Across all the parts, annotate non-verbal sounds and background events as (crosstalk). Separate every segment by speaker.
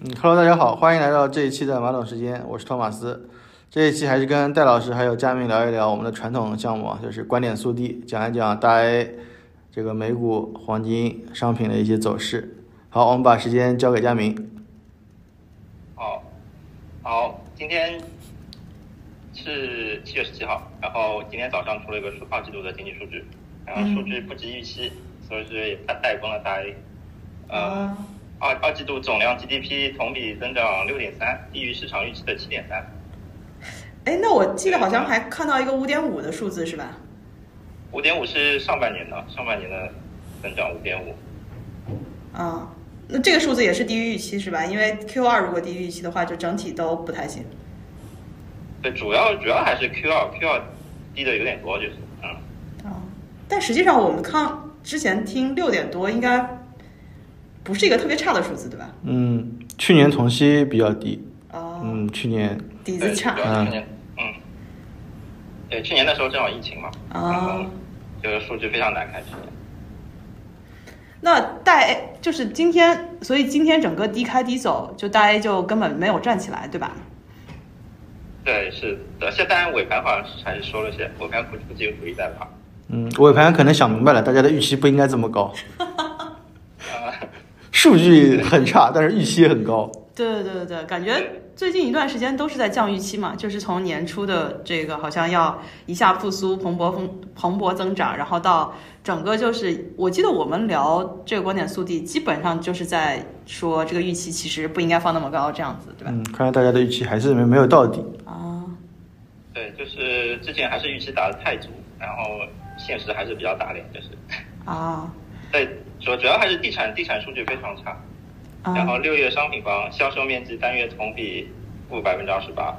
Speaker 1: 嗯 Hello，大家好，欢迎来到这一期的马总时间，我是托马斯。这一期还是跟戴老师还有佳明聊一聊我们的传统项目，啊，就是观点速递，讲一讲大 A 这个美股、黄金、商品的一些走势。好，我们把时间交给佳明。
Speaker 2: 好，好，今天是七月十七号，然后今天早上出了一个数号季度的经济数据，然后数据不及预期，所以是也带带崩了大 A。呃，
Speaker 3: 啊
Speaker 2: 二二季度总量 GDP 同比增长六点三，低于市场预期的七点三。
Speaker 3: 哎，那我记得好像还看到一个五点五的数字是吧？
Speaker 2: 五点五是上半年的，上半年的增长五点五。
Speaker 3: 啊，那这个数字也是低于预期是吧？因为 Q 二如果低于预期的话，就整体都不太行。
Speaker 2: 对，主要主要还是 Q 二 Q 二低的有点多，就是嗯。
Speaker 3: 啊，但实际上我们看之前听六点多，应该不是一个特别差的数字对吧？
Speaker 1: 嗯，去年同期比较低，
Speaker 3: 啊，
Speaker 1: 嗯，去年
Speaker 3: 底
Speaker 2: 对，
Speaker 3: 子差
Speaker 2: 主要是去年，嗯，对，去年的时候正好疫情嘛，然后
Speaker 3: 啊。
Speaker 2: 这个数据非常难看，去年。
Speaker 3: 那大 A 就是今天，所以今天整个低开低走，就大 A 就根本没有站起来，对吧？
Speaker 2: 对，是的，现在当然尾盘好像是还是收了些，尾盘估计估计有主力在跑。
Speaker 1: 嗯，尾盘可能想明白了，大家的预期不应该这么高，
Speaker 2: 啊、
Speaker 1: 数据很差，但是预期也很高。
Speaker 3: 对对对对，感觉最近一段时间都是在降预期嘛，就是从年初的这个好像要一下复苏、蓬勃风蓬勃增长，然后到整个就是，我记得我们聊这个观点速递，基本上就是在说这个预期其实不应该放那么高，这样子对吧？
Speaker 1: 嗯，看来大家的预期还是没没有到底。
Speaker 3: 啊，
Speaker 2: 对，就是之前还是预期打得太足，然后现实还是比较打脸，就是
Speaker 3: 啊
Speaker 2: 对，主主要还是地产地产数据非常差，然
Speaker 3: 啊
Speaker 2: 后六月商品房销售面积单月同比负百分之二十八，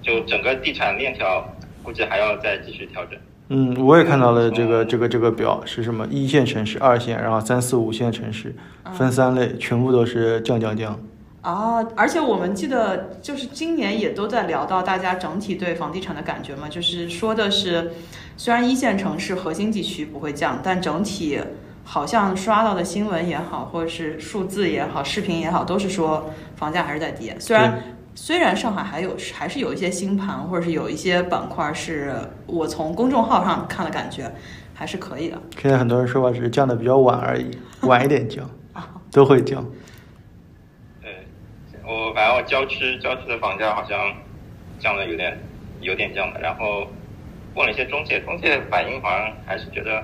Speaker 2: 就整个地产链条估计还要再继续调整。
Speaker 1: 嗯，我也看到了这个这个这个表是什么？一线城市、二线，然后三四五线城市分三类，全部都是降降降。
Speaker 3: 啊！而且我们记得就是今年也都在聊到大家整体对房地产的感觉嘛，就是说的是，虽然一线城市核心地区不会降，但整体好像刷到的新闻也好，或者是数字也好、视频也好，都是说房价还是在跌。虽然虽然上海还有还是有一些新盘，或者是有一些板块是我从公众号上看的感觉还是可以的。
Speaker 1: 现在很多人说话只是降的比较晚而已，晚一点 (laughs) 降都会降。
Speaker 2: 对，呃我反正我郊区郊区的房价好像降的有点有点降的，然后问了一些中介，中介反应好像还是觉得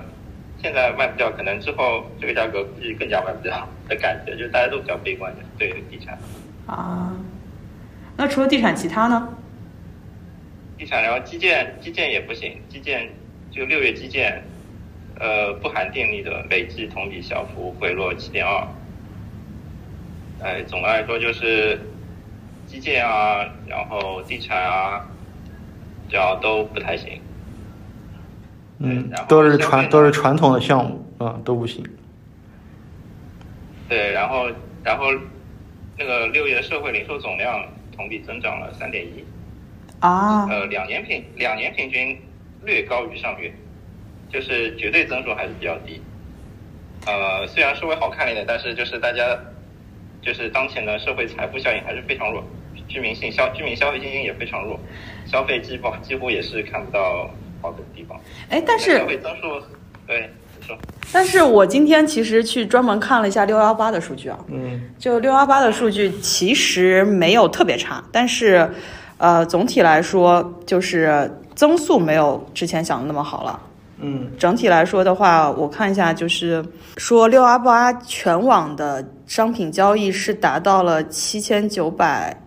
Speaker 2: 现在卖不掉，可能之后这个价格估计更加卖不掉的感觉，就是大家都比较悲观的对地产，
Speaker 3: 啊，那除了地产，其他呢？
Speaker 2: 地产，然后基建基建也不行，基建就六月基建，呃，不含电力的累计同比小幅回落七点二。哎，总的来说就是基建啊，然后地产啊，这样都不太行。
Speaker 1: 嗯
Speaker 2: 对然后，
Speaker 1: 都是
Speaker 2: 消费
Speaker 1: 传
Speaker 2: 呢
Speaker 1: 都是传统的项目啊、都不行。
Speaker 2: 对，然后然后那个六月社会零售总量同比增长了三点一，
Speaker 3: 啊
Speaker 2: 呃，两年平两年平均略高于上月，就是绝对增速还是比较低。呃，虽然稍微好看一点，但是就是大家就是当前的社会财富效应还是非常弱，居民性消居民消费信心也非常弱，消费几乎几乎也是看不到好的地方。
Speaker 3: 哎，但是
Speaker 2: 消费增速，对，你说
Speaker 3: 但是我今天其实去专门看了一下六幺八的数据啊，
Speaker 1: 嗯，
Speaker 3: 就六幺八的数据其实没有特别差，但是，呃，总体来说就是增速没有之前想的那么好了。
Speaker 1: 嗯，
Speaker 3: 整体来说的话，我看一下，就是说六幺八全网的商品交易是达到了七千九百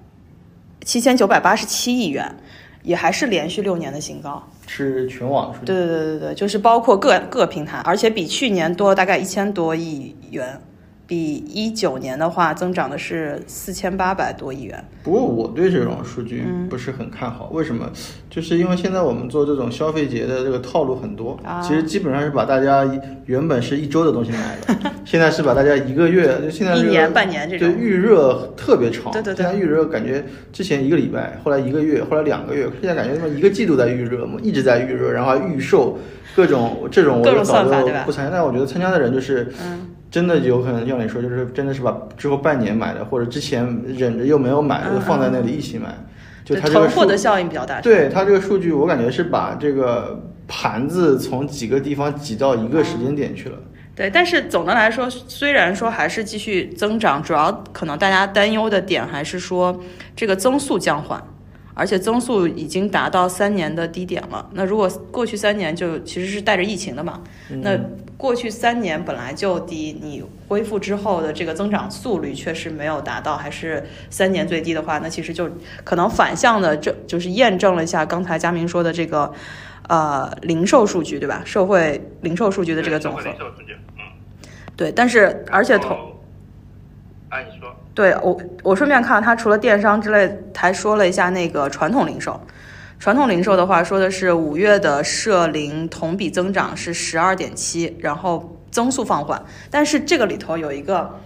Speaker 3: 七千九百八十七亿元，也还是连续六年的新高。
Speaker 1: 是全网数据。
Speaker 3: 对对对对对，就是包括各各平台，而且比去年多了大概一千多亿元，比一九年的话增长的是四千八百多亿元。
Speaker 1: 不过我对这种数据
Speaker 3: 嗯
Speaker 1: 不是很看好，为什么？就是因为现在我们做这种消费节的这个套路很多，
Speaker 3: 啊
Speaker 1: 其实基本上是把大家一原本是一周的东西买了，
Speaker 3: (laughs)
Speaker 1: 现在是把大家一个月，就现在、这个、
Speaker 3: 一年半年这种
Speaker 1: 对预热特别长，
Speaker 3: 对对对
Speaker 1: 现在预热感觉之前一个礼拜，后来一个月，后来两个月，现在感觉他妈一个季度在预热嘛，一直在预热，然后还预售各种这种我
Speaker 3: 各
Speaker 1: 就
Speaker 3: 种
Speaker 1: 早
Speaker 3: 算法
Speaker 1: 就
Speaker 3: 对吧
Speaker 1: 不参加，但我觉得参加的人就是。
Speaker 3: 嗯，
Speaker 1: 真的有可能像你说，就是真的是把之后半年买的，或者之前忍着又没有买的，
Speaker 3: 嗯
Speaker 1: 放在那里一起买，就
Speaker 3: 对，
Speaker 1: 它这个
Speaker 3: 囤
Speaker 1: 数
Speaker 3: 货的效应比较大。
Speaker 1: 对它这个数据，我感觉是把这个盘子从几个地方挤到一个时间点去了。
Speaker 3: 对，但是总的来说，虽然说还是继续增长，主要可能大家担忧的点还是说这个增速降缓，而且增速已经达到三年的低点了。那如果过去三年就其实是带着疫情的嘛，那过去三年本来就低，你恢复之后的这个增长速率确实没有达到，还是三年最低的话，那其实就可能反向的，这就是验证了一下刚才佳明说的这个。呃，零售数据对吧？社会零售数据的这个总和，
Speaker 2: 对社会零售数据，嗯，
Speaker 3: 对，但是而且同
Speaker 2: 然后，哎，哦你说，
Speaker 3: 对我我顺便看了他除了电商之类，还说了一下那个传统零售。传统零售的话，说的是五月的社零同比增长是十二点七，然后增速放缓。但是这个里头有一个，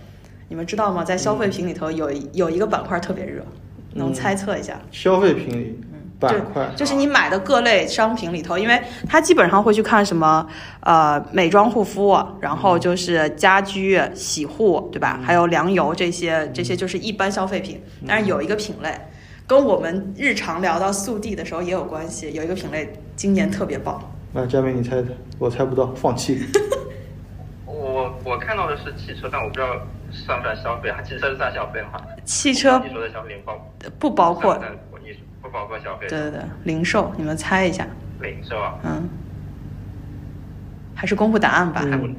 Speaker 3: 你们知道吗？在消费品里头有一有一个板块特别热，能
Speaker 1: 嗯
Speaker 3: 猜测一下？
Speaker 1: 消费品
Speaker 3: 嗯
Speaker 1: 板块，啊
Speaker 3: 就是你买的各类商品里头，因为它基本上会去看什么，呃，美妆护肤，然
Speaker 1: 嗯
Speaker 3: 后就是家居、洗护，对吧？还有粮油这些，这些就是一般消费品。
Speaker 1: 嗯
Speaker 3: 但是有一个品类，跟我们日常聊到速递的时候也有关系，有一个品类今年特别棒，
Speaker 1: 来，佳明你猜猜，我猜不到，放弃。
Speaker 2: 我我看到的是汽车，但我不知道算不算消费啊？汽车是算消费吗？
Speaker 3: 汽车
Speaker 2: 你说的消费包
Speaker 3: 不包
Speaker 2: 算
Speaker 3: 括，
Speaker 2: 不算你不包括消费
Speaker 3: 对，对对，零售，你们猜一下，
Speaker 2: 零售啊，
Speaker 3: 嗯，还是公布答案吧。
Speaker 1: 嗯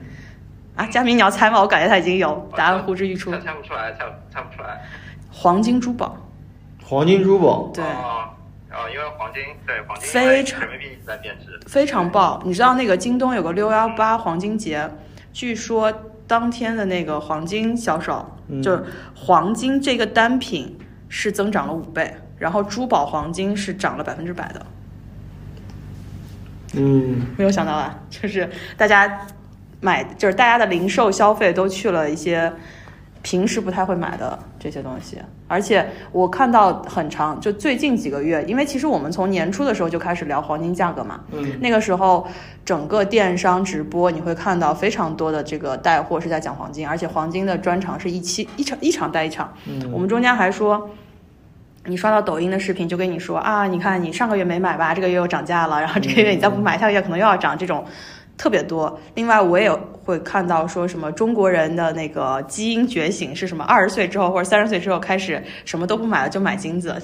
Speaker 3: 啊，佳明你要猜吗？我感觉他已经有答案
Speaker 2: 好
Speaker 3: 呼之欲出
Speaker 2: 猜，猜不出来，猜猜不出来。
Speaker 3: 黄金珠宝，
Speaker 1: 黄金珠宝，
Speaker 3: 对。
Speaker 2: 哦，哦，因为黄金对黄金因为
Speaker 3: 非常
Speaker 2: 人民币一直在贬值，
Speaker 3: 非常爆。你知道那个京东有个六幺八黄金节，据说当天的那个黄金销售，
Speaker 1: 嗯
Speaker 3: 就是黄金这个单品是增长了五倍，然后珠宝黄金是涨了百分之百的。 (laughs)
Speaker 1: 嗯，
Speaker 3: 没有想到啊，就是大家买，就是大家的零售消费都去了一些平时不太会买的这些东西。而且我看到很长，就最近几个月，因为其实我们从年初的时候就开始聊黄金价格嘛，
Speaker 1: 嗯，
Speaker 3: 那个时候整个电商直播你会看到非常多的这个带货是在讲黄金，而且黄金的专场是一期一场一场带一场，
Speaker 1: 嗯
Speaker 3: 我们中间还说。你刷到抖音的视频，就跟你说啊，你看你上个月没买吧，这个月又涨价了，然后这个月你再不买，下个月可能又要涨，这种特别多。另外，我也会看到说什么中国人的那个基因觉醒是什么，二十岁之后或者三十岁之后开始什么都不买了，就买金子，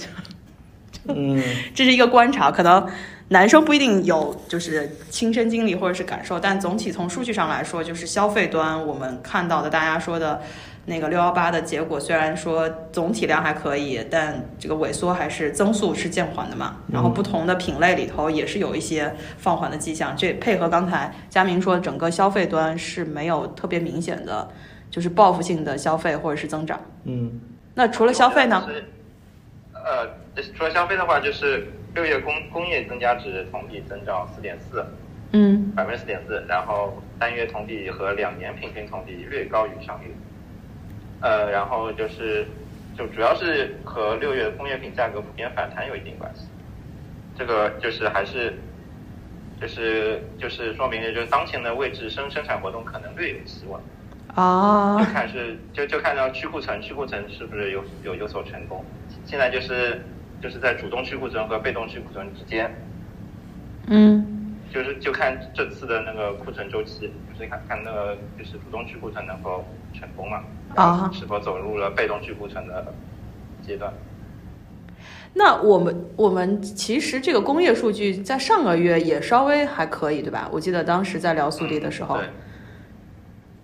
Speaker 1: 嗯，
Speaker 3: 这是一个观察，可能男生不一定有就是亲身经历或者是感受，但总体从数据上来说，就是消费端我们看到的大家说的那个六幺八的结果，虽然说总体量还可以，但这个萎缩还是增速是渐缓的嘛。
Speaker 1: 嗯
Speaker 3: 然后不同的品类里头也是有一些放缓的迹象，这配合刚才佳明说，整个消费端是没有特别明显的就是报复性的消费或者是增长。
Speaker 1: 嗯，
Speaker 3: 那除了消费呢？
Speaker 2: 就是？呃，除了消费的话，就是六月工工业增加值同比增长四点四，
Speaker 3: 嗯，
Speaker 2: 百分之四点四，然后单月同比和两年平均同比略高于上月。呃，然后就是就主要是和六月工业品价格普遍反弹有一定关系。这个就是还是就是就是说明了就是当前的位置生生产活动可能略有希望，
Speaker 3: 啊
Speaker 2: 就，看是就就看到去库存去库存是不是有有有所成功。现在就是就是在主动去库存和被动去库存之间，
Speaker 3: 嗯。
Speaker 2: 就是就看这次的那个库存周期，就是看看那个就是主动去库存能否成功嘛，然后
Speaker 3: 啊
Speaker 2: 是否走入了被动去库存的阶段。
Speaker 3: 那我们我们其实这个工业数据在上个月也稍微还可以，对吧？我记得当时在聊速递的时候，
Speaker 2: 嗯对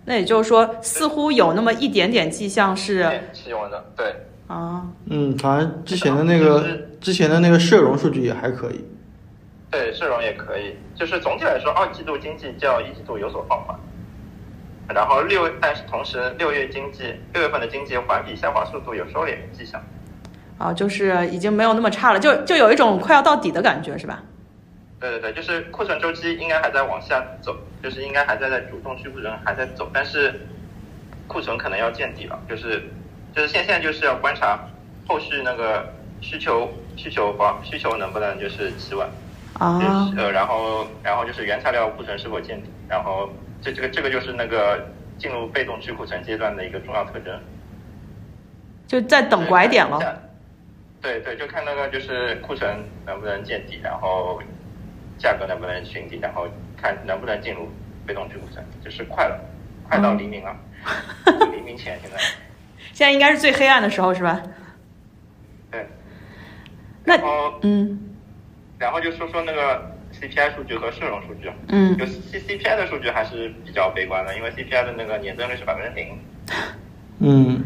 Speaker 3: 那也就是说，似乎有那么一点点迹象是
Speaker 2: 对是有的，对，
Speaker 3: 啊，
Speaker 1: 嗯，好像之前的那个之前的那个社融数据也还可以。
Speaker 2: 对，社融也可以。就是总体来说，二季度经济较一季度有所放缓，然后六，但是同时六月经济六月份的经济环比下滑速度有收敛迹象。
Speaker 3: 啊，就是已经没有那么差了，就就有一种快要到底的感觉，是吧？
Speaker 2: 对对对，就是库存周期应该还在往下走，就是应该还在在主动去库存还在走，但是库存可能要见底了，就是就是现现在就是要观察后续那个需求需求方需求能不能就是企稳，
Speaker 3: 啊
Speaker 2: 就是呃然后然后就是原材料库存是否见底，然后这这个这个就是那个进入被动去库存阶段的一个重要特征。
Speaker 3: 就在等拐点了。
Speaker 2: 对对，就看那个就是库存能不能见底，然后价格能不能寻底，然后看能不能进入被动去库存，就是快了，快到黎
Speaker 3: (laughs)
Speaker 2: 明了，就黎明前现在。
Speaker 3: 现在应该是最黑暗的时候，是吧？
Speaker 2: 对。
Speaker 3: 那
Speaker 2: 然后
Speaker 3: 嗯
Speaker 2: 然后就说说那个 CPI 数据和社融数据。啊
Speaker 3: 嗯
Speaker 2: 有 C CPI 的数据还是比较悲观的，因为 CPI 的那个年增率是百分之零，
Speaker 1: 嗯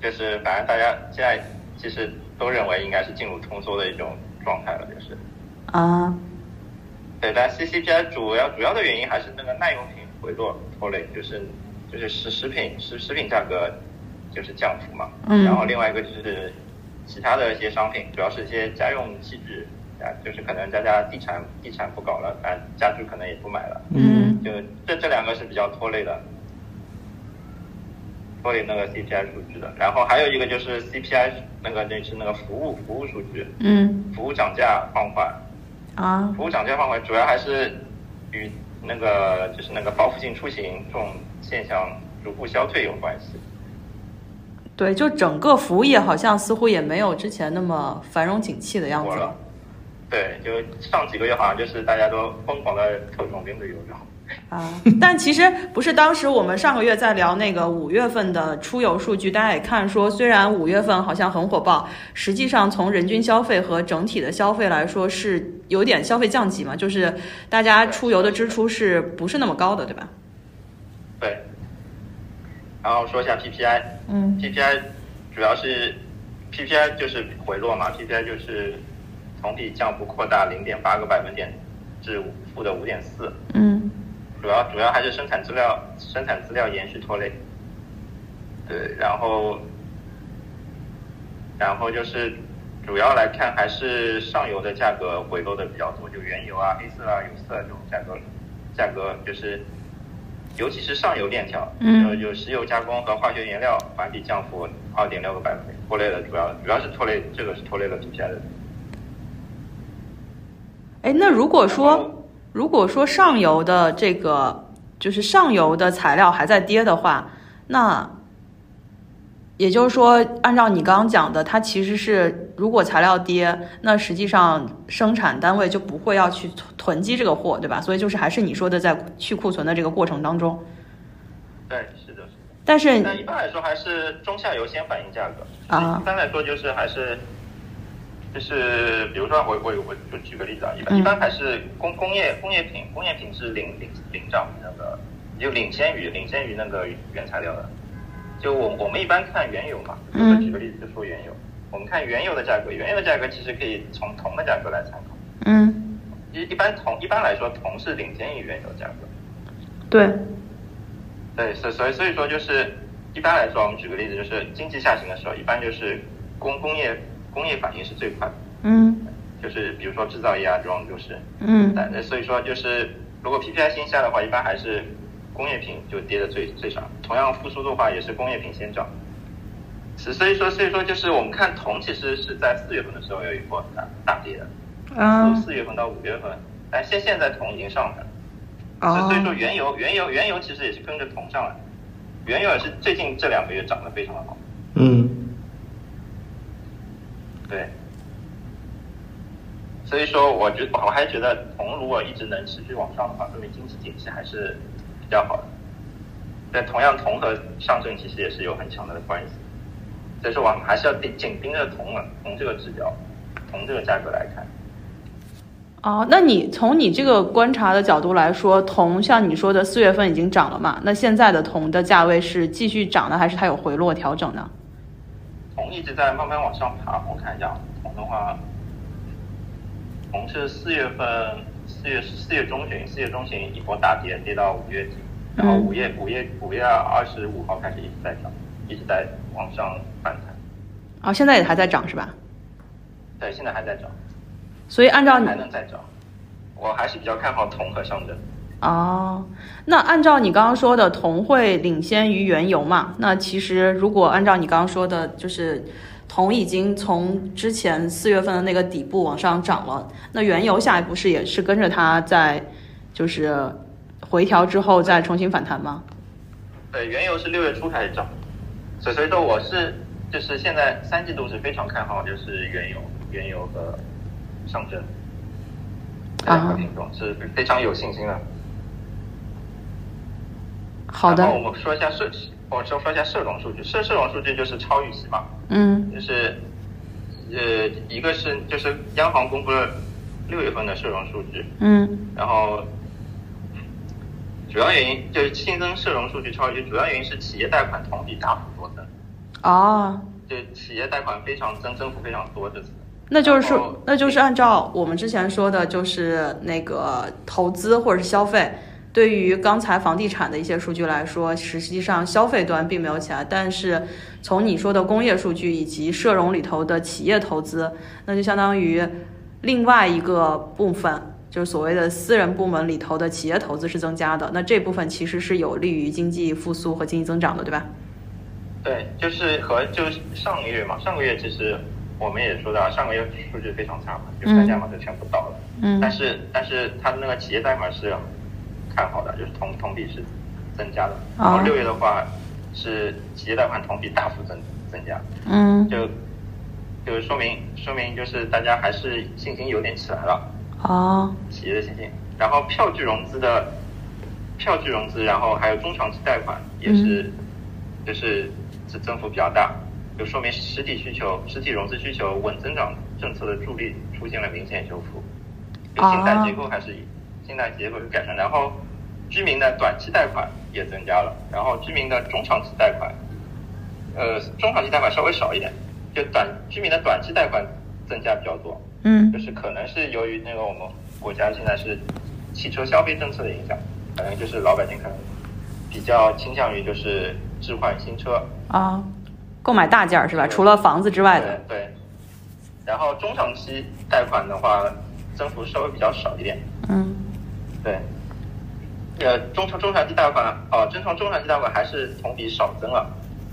Speaker 2: 就是反正大家现在其实都认为应该是进入通缩的一种状态了，就是。
Speaker 3: 啊
Speaker 2: 对，但 C C P I 主要主要的原因还是那个耐用品回落拖累，就是就是食食品食食品价格就是降幅嘛。
Speaker 3: 嗯
Speaker 2: 然后另外一个就是其他的一些商品，主要是一些家用器具，啊，就是可能大家地产地产不搞了，但家具可能也不买了，
Speaker 1: 嗯
Speaker 2: 就这这两个是比较拖累的。拖累那个 CPI 数据的，然后还有一个就是 CPI 那个就是那个服务服务数据，
Speaker 3: 嗯
Speaker 2: 服务涨价放缓，
Speaker 3: 啊
Speaker 2: 服务涨价范围主要还是与那个就是那个报复性出行这种现象逐步消退有关系。
Speaker 3: 对，就整个服务业好像似乎也没有之前那么繁荣景气的样子
Speaker 2: 火
Speaker 3: 了
Speaker 2: 了。，对，就上几个月好像就是大家都疯狂的特种兵的游泳。
Speaker 3: 啊， (laughs) 但其实不是，当时我们上个月在聊那个五月份的出游数据，大家也看说，虽然五月份好像很火爆，实际上从人均消费和整体的消费来说是有点消费降级嘛，就是大家出游的支出是不是那么高的，对吧？
Speaker 2: 对，然后说一下 PPI，
Speaker 3: 嗯
Speaker 2: PPI 主要是 PPI 就是回落嘛，PPI 就是同比降幅扩大零点八个百分点至负的五点四，
Speaker 3: 嗯
Speaker 2: 主要主要还是生产资料生产资料延续拖累。对，然后然后就是主要来看还是上游的价格回落的比较多，就原油啊、黑色啊、有色啊这种价格价格就是。尤其是上游链条，
Speaker 3: 嗯
Speaker 2: 有有石油加工和化学原料环比降幅二点六个百分点，拖累了主要主要是拖累这个是拖累了 PPI 的。
Speaker 3: 哎，那如果说如果说上游的这个就是上游的材料还在跌的话，那也就是说，按照你刚刚讲的，它其实是如果材料跌，那实际上生产单位就不会要去囤囤积这个货，对吧？所以就是还是你说的在去库存的这个过程当中，
Speaker 2: 对，是的。
Speaker 3: 但是
Speaker 2: 但一般来说还是中下游先反映价格。
Speaker 3: 啊
Speaker 2: 一般来说就是还是，就是比如说我我我就举个例子啊，一般、
Speaker 3: 嗯
Speaker 2: 一般还是工工业工业品工业品是领领领涨那个，就领先于领先于那个原材料的。就我我们一般看原油嘛，比如说
Speaker 3: 嗯
Speaker 2: 举个例子就说原油，我们看原油的价格，原油的价格其实可以从铜的价格来参考。
Speaker 3: 嗯，
Speaker 2: 一一般铜一般来说铜是领先于原油价格。
Speaker 3: 对，
Speaker 2: 对，所所以所以说就是一般来说，我们举个例子，就是经济下行的时候，一般就是工工业工业反应是最快的，
Speaker 3: 嗯
Speaker 2: 就是比如说制造业啊这种就是，
Speaker 3: 嗯
Speaker 2: 但所以说就是如果 PPI 先下的话，一般还是工业品就跌的最最少，同样复苏的话也是工业品先涨。所所以说所以说就是我们看铜其实是在四月份的时候有一波大大跌的，
Speaker 3: 嗯
Speaker 2: 从四月份到五月份，但现现在铜已经上来了。
Speaker 3: 哦
Speaker 2: 所所以说原油原油原油其实也是跟着同上来的，原油也是最近这两个月涨得非常的好。
Speaker 1: 嗯
Speaker 2: 对，所以说我觉我还觉得铜如果一直能持续往上的话，说明经济景气还是比较好的。但同样，铜和上证其实也是有很强的关系，所以说我们还是要紧紧盯着铜了，铜这个指标，铜这个价格来看。
Speaker 3: 哦，那你从你这个观察的角度来说，铜像你说的四月份已经涨了嘛？那现在的铜的价位是继续涨呢，还是它有回落调整呢？
Speaker 2: 铜一直在慢慢往上爬，我看一下啊，铜的话，铜是四月份、四月四月中旬、四月中旬一波大跌，跌到五月底，然后
Speaker 3: 嗯
Speaker 2: 五月五月五月二十五号开始一直在涨，一直在往上反弹，
Speaker 3: 哦，现在也还在涨是吧？
Speaker 2: 对，现在还在涨，
Speaker 3: 所以按照你
Speaker 2: 还能再涨，我还是比较看好铜和上证。
Speaker 3: 哦，那按照你刚刚说的，铜会领先于原油嘛？那其实如果按照你刚刚说的，就是铜已经从之前四月份的那个底部往上涨了，那原油下一步是也是跟着它在就是回调之后再重新反弹吗？
Speaker 2: 对，呃原油是六月初开始涨，所以所以说我是就是现在三季度是非常看好，就是原油、原油和上证这
Speaker 4: 啊
Speaker 2: 两个品种是非常有信心的。
Speaker 4: 好的
Speaker 2: 然，后我们说一下社，我说说一下社融数据，社社融数据就是超预期嘛，
Speaker 4: 嗯
Speaker 2: 就是呃一个是就是央行公布了六月份的社融数据，
Speaker 4: 嗯
Speaker 2: 然后主要原因就是新增社融数据超预期，主要原因是企业贷款同比大幅多增，
Speaker 4: 哦，
Speaker 2: 就是企业贷款非常增，增幅非常多这次。
Speaker 3: 那就是
Speaker 2: 然后
Speaker 3: 说，那就是按照我们之前说的，就是那个投资或者是消费，对于刚才房地产的一些数据来说，实际上消费端并没有起来，但是从你说的工业数据以及社融里头的企业投资，那就相当于另外一个部分。就是所谓的私人部门里头的企业投资是增加的，那这部分其实是有利于经济复苏和经济增长的，对吧？
Speaker 2: 对，就是和就是上个月嘛，上个月其实我们也说到，啊上个月数据非常差嘛，就三家嘛就全部倒了。但
Speaker 4: 嗯
Speaker 2: 是但是它的那个企业贷款是看好的，就是同同比是增加的。
Speaker 4: 哦
Speaker 2: 然后六月的话是企业贷款同比大幅增增加，
Speaker 4: 嗯，
Speaker 2: 就就说明说明就是大家还是信心有点起来了，
Speaker 4: 哦，
Speaker 2: 企业的信心。然后票据融资的票据融资，然后还有中长期贷款也是、就是增增幅比较大，就说明实体需求实体融资需求稳增长政策的助力出现了明显修复。就信贷结构还是以信贷结构有改善，然后居民的短期贷款也增加了，然后居民的中长期贷款，呃，中长期贷款稍微少一点，就短居民的短期贷款增加比较多，
Speaker 4: 嗯
Speaker 2: 就是可能是由于那个我们国家现在是汽车消费政策的影响，可能就是老百姓可能比较倾向于就是置换新车，
Speaker 4: 啊，
Speaker 3: 购买大件儿是吧？
Speaker 2: 对
Speaker 3: 除了房子之外的，
Speaker 2: 对对。然后中长期贷款的话，增幅稍微比较少一点。
Speaker 4: 嗯
Speaker 2: 对。呃，中长中长期贷款哦，正常中长期贷款还是同比少增了，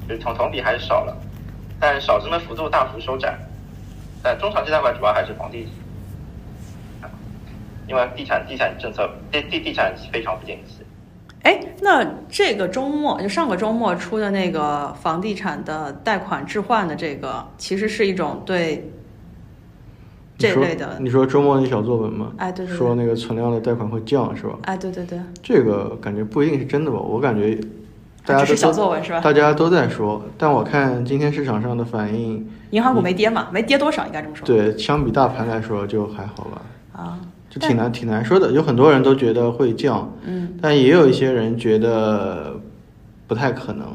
Speaker 2: 就是同同比还是少了，但少增的幅度大幅收窄。但中长期贷款主要还是房地产，因为地产地产政策地地地产非常不景气。
Speaker 3: 哎，那这个周末就上个周末出的那个房地产的贷款置换的这个，其实是一种对
Speaker 1: 你
Speaker 3: 这
Speaker 1: 说
Speaker 3: 类的，
Speaker 1: 你说周末那小作文吗？
Speaker 3: 哎对对对
Speaker 1: 说那个存量的贷款会降是吧？
Speaker 3: 哎，对对对，
Speaker 1: 这个感觉不一定是真的吧？我感觉大家
Speaker 3: 只
Speaker 1: 都
Speaker 3: 是小作文是吧？
Speaker 1: 大家都在说，但我看今天市场上的反应，
Speaker 3: 银行股没跌嘛，没跌多少，应该这么说。
Speaker 1: 对，相比大盘来说就还好吧，
Speaker 3: 啊，
Speaker 1: 就挺难挺难说的。有很多人都觉得会降，
Speaker 3: 嗯
Speaker 1: 但也有一些人觉得不太可能，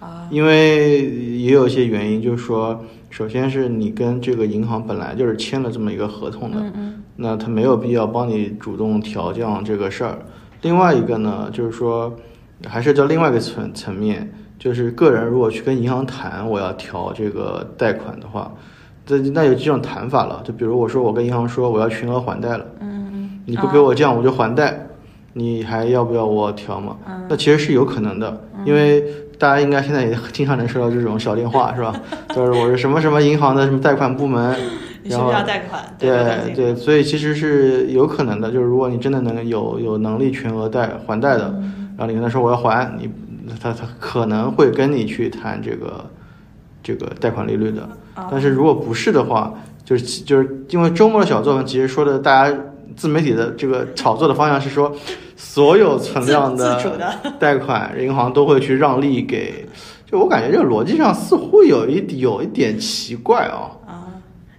Speaker 3: 啊，
Speaker 1: 因为也有一些原因，就是说，首先是你跟这个银行本来就是签了这么一个合同的，
Speaker 4: 嗯嗯
Speaker 1: 那他没有必要帮你主动调降这个事儿。另外一个呢，就是说，还是到另外一个层层面，就是个人如果去跟银行谈我要调这个贷款的话，这那有几种谈法了。就比如我说我跟银行说我要全额还贷了，
Speaker 4: 嗯
Speaker 1: 你不给
Speaker 3: 哦
Speaker 1: 我降我就还贷，你还要不要我调嘛？
Speaker 3: 嗯
Speaker 1: 那其实是有可能的，因为大家应该现在也经常能收到这种小电话
Speaker 3: (laughs)
Speaker 1: 是吧？就是我是什么什么银行的什么贷款部门，
Speaker 3: 你需
Speaker 1: 然
Speaker 3: 不
Speaker 1: 后
Speaker 3: 需要贷款？
Speaker 1: 对
Speaker 3: 对
Speaker 1: 对，所以其实是有可能的，就是如果你真的能有有能力全额贷还贷的，
Speaker 3: 嗯
Speaker 1: 然后你跟他说我要还，你他他可能会跟你去谈这个这个贷款利率的。
Speaker 3: 哦
Speaker 1: 但是如果不是的话，就是其就是因为周末的小作文其实说的大家自媒体的这个炒作的方向是说，所有存量
Speaker 3: 自自主的
Speaker 1: (laughs) 贷款银行都会去让利给，就我感觉这个逻辑上似乎有一有一点奇怪啊、
Speaker 3: 啊，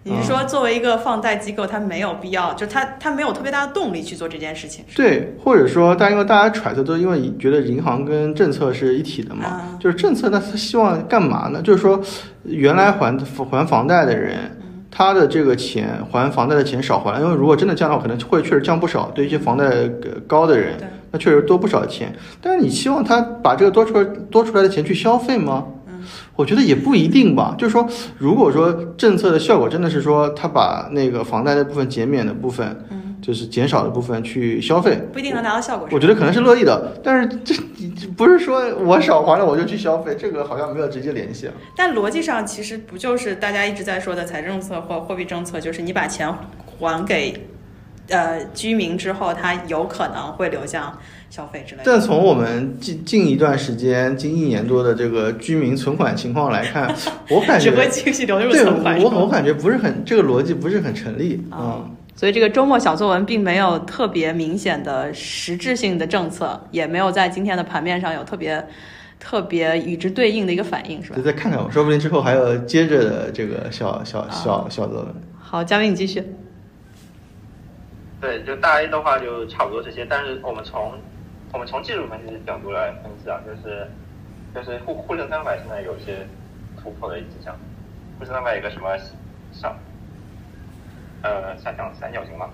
Speaker 3: 你是说作为一个放贷机构，它没有必要，就它它没有特别大的动力去做这件事情，
Speaker 1: 对，或者说，大家因为大家揣测都因为觉得银行跟政策是一体的嘛，
Speaker 3: 啊
Speaker 1: 就是政策，那他希望干嘛呢？就是说，原来还还房贷的人，
Speaker 3: 嗯
Speaker 1: 他的这个钱还房贷的钱少还了，因为如果真的降的话，可能会确实降不少，对一些房贷呃高的人
Speaker 3: 对，
Speaker 1: 那确实多不少钱。但是你希望他把这个多出来多出来的钱去消费吗？
Speaker 3: 嗯
Speaker 1: 我觉得也不一定吧，就是说，如果说政策的效果真的是说他把那个房贷的部分减免的部分，就是减少的部分去消费，
Speaker 3: 嗯不一定能达到效果。是吧
Speaker 1: 我觉得可能是乐意的，但是这你这不是说我少还了我就去消费，这 (laughs) 个好像没有直接联系啊。
Speaker 3: 但逻辑上其实不就是大家一直在说的财政政策或货币政策，就是你把钱还给呃居民之后，它有可能会流向消费之类的。
Speaker 1: 但从我们近近一段时间、近一年多的这个居民存款情况来看，我感
Speaker 3: (laughs) 只
Speaker 1: 觉
Speaker 3: 会继续流入
Speaker 1: 对
Speaker 3: 存款是
Speaker 1: 我
Speaker 3: 吗
Speaker 1: 我感觉不是很这个逻辑不是很成立
Speaker 3: 啊
Speaker 1: 嗯。
Speaker 3: 所以这个周末小作文并没有特别明显的实质性的政策，也没有在今天的盘面上有特别特别与之对应的一个反应，是吧
Speaker 1: 就？再看看吧，说不定之后还有接着的这个小小
Speaker 3: 啊
Speaker 1: 小小作文。
Speaker 3: 好，嘉宾你继续。 (laughs)
Speaker 2: 对，就大 A 的话就差不多这些，但是我们从我们从技术分析角度来分析啊，就是就是沪沪深三百现在有一些突破的迹象，沪深三百有个什么上呃下降三角形吧，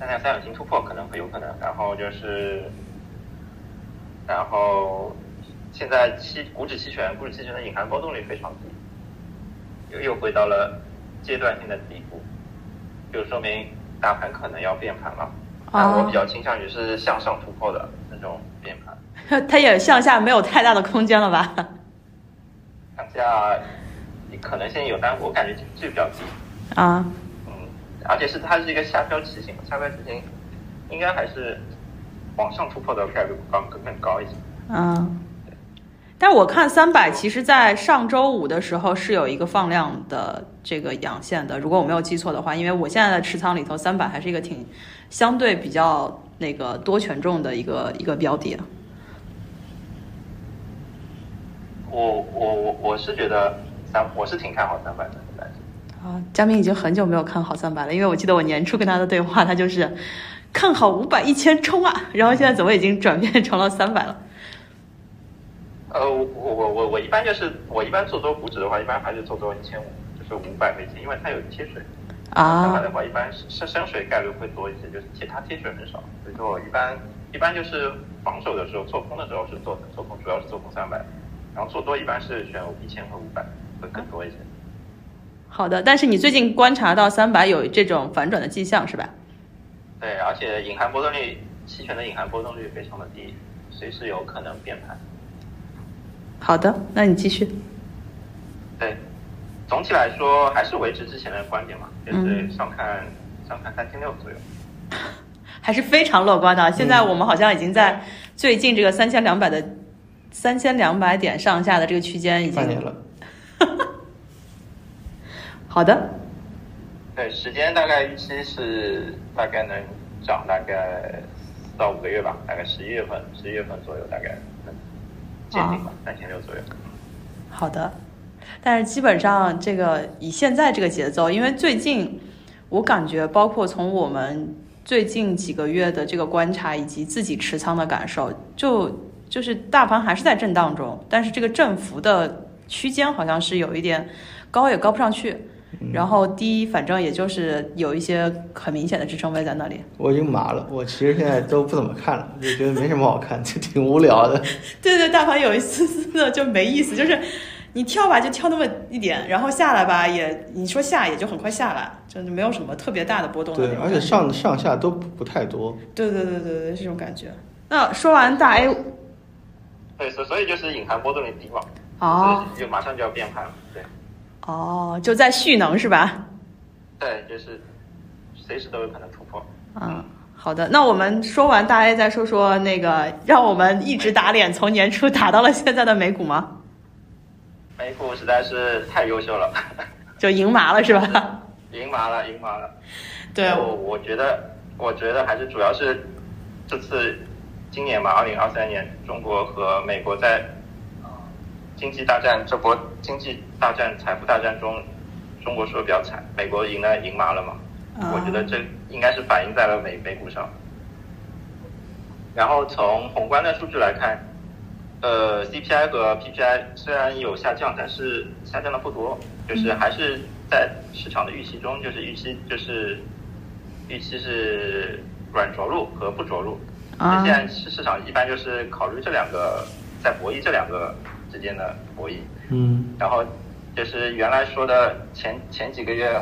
Speaker 2: 下降三角形突破可能很有可能，然后就是然后现在期股指期权股指期权的隐含波动率非常低，又又回到了阶段性的底部，就说明大盘可能要变盘了。但我比较倾向于是向上突破的那种变盘，
Speaker 3: 它也向下没有太大的空间了吧？ (laughs)
Speaker 2: 向下可能性有，但我感觉几率比较低。
Speaker 3: 啊，
Speaker 2: 嗯，而且是它是一个下标骑行，下标骑行应该还是往上突破的概率更更更高一些。
Speaker 3: 嗯，但我看三百，其实在上周五的时候是有一个放量的这个阳线的，如果我没有记错的话，因为我现在的持仓里头三百还是一个挺相对比较那个多权重的一个一个标的。
Speaker 2: 我我我我是觉得三，我是挺看好三百的，现在是
Speaker 3: 啊，嘉明已经很久没有看好三百了，因为我记得我年初跟他的对话，他就是看好五百一千冲啊，然后现在怎么已经转变成了三百了？
Speaker 2: 呃，我我我我我一般就是我一般做多股指的话，一般还是做多一千五，就是五百美金，因为它有贴水。三百
Speaker 3: 啊
Speaker 2: 的话，一般深深水概率会多一些，就是贴它贴水很少，所以说我一般一般就是防守的时候做空的时候是做做空，主要是做空三百，然后做多一般是选一千和五百会更多一些。
Speaker 3: 好的，但是你最近观察到三百有这种反转的迹象是吧？
Speaker 2: 对，而且隐含波动率期权的隐含波动率非常的低，随时有可能变盘。
Speaker 3: 好的，那你继续。
Speaker 2: 对，总体来说还是维持之前的观点嘛，
Speaker 3: 嗯
Speaker 2: 就是上看、上看三千六左右。
Speaker 3: 还是非常乐观的。现在我们好像已经在最近这个三千两百的三千两百点上下的这个区间已
Speaker 1: 半年
Speaker 3: 经
Speaker 1: 了，
Speaker 3: 好的，
Speaker 2: 对，时间大概预期是大概能涨大概四到五个月吧，大概十一月份，十一月份左右大概能见顶吧，三千六左右。
Speaker 3: 好的。但是基本上这个以现在这个节奏，因为最近我感觉，包括从我们最近几个月的这个观察以及自己持仓的感受，就就是大盘还是在震荡中，但是这个振幅的区间好像是有一点高也高不上去，然后低反正也就是有一些很明显的支撑位在那里。
Speaker 1: 我已经麻了，我其实现在都不怎么看了，就觉得没什么好看， (laughs) 就挺无聊的。
Speaker 3: 对对，大盘有一丝丝的就没意思，就是你跳吧就跳那么一点，然后下来吧也你说下也就很快下来，就是没有什么特别大的波动的
Speaker 1: 对
Speaker 3: 那，种
Speaker 1: 而
Speaker 3: 感觉。
Speaker 1: 且上上下都不不太多。
Speaker 3: 对对对对对，这种感觉。那说完大 A
Speaker 2: 对，所所以就是隐含波动率低嘛，
Speaker 3: 哦
Speaker 2: 所以就马上就要变盘了。对，
Speaker 3: 哦，就在蓄能是吧？
Speaker 2: 对，就是随时都有可能突破。
Speaker 3: 嗯，好的。那我们说完大 A，再说说那个让我们一直打脸，从年初打到了现在的美股吗？
Speaker 2: 美股实在是太优秀了， (laughs)
Speaker 3: 就赢麻了是吧？
Speaker 2: 赢麻了，赢麻了。
Speaker 3: 对，啊
Speaker 2: 我我觉得，我觉得还是主要是这次今年嘛，二零二三年中国和美国在经济大战这波经济大战、财富大战中，中国输的比较惨，美国赢了赢麻了嘛。
Speaker 3: 啊
Speaker 2: 我觉得这应该是反映在了美美股上。然后从宏观的数据来看，呃，CPI 和 PPI 虽然有下降，但是下降的不多，就是
Speaker 3: 嗯
Speaker 2: 还是在市场的预期中，就是预期就是预期是软着陆和不着陆。
Speaker 3: 啊
Speaker 2: 现在市市场一般就是考虑这两个，在博弈这两个之间的博弈。
Speaker 1: 嗯，
Speaker 2: 然后就是原来说的前前几个月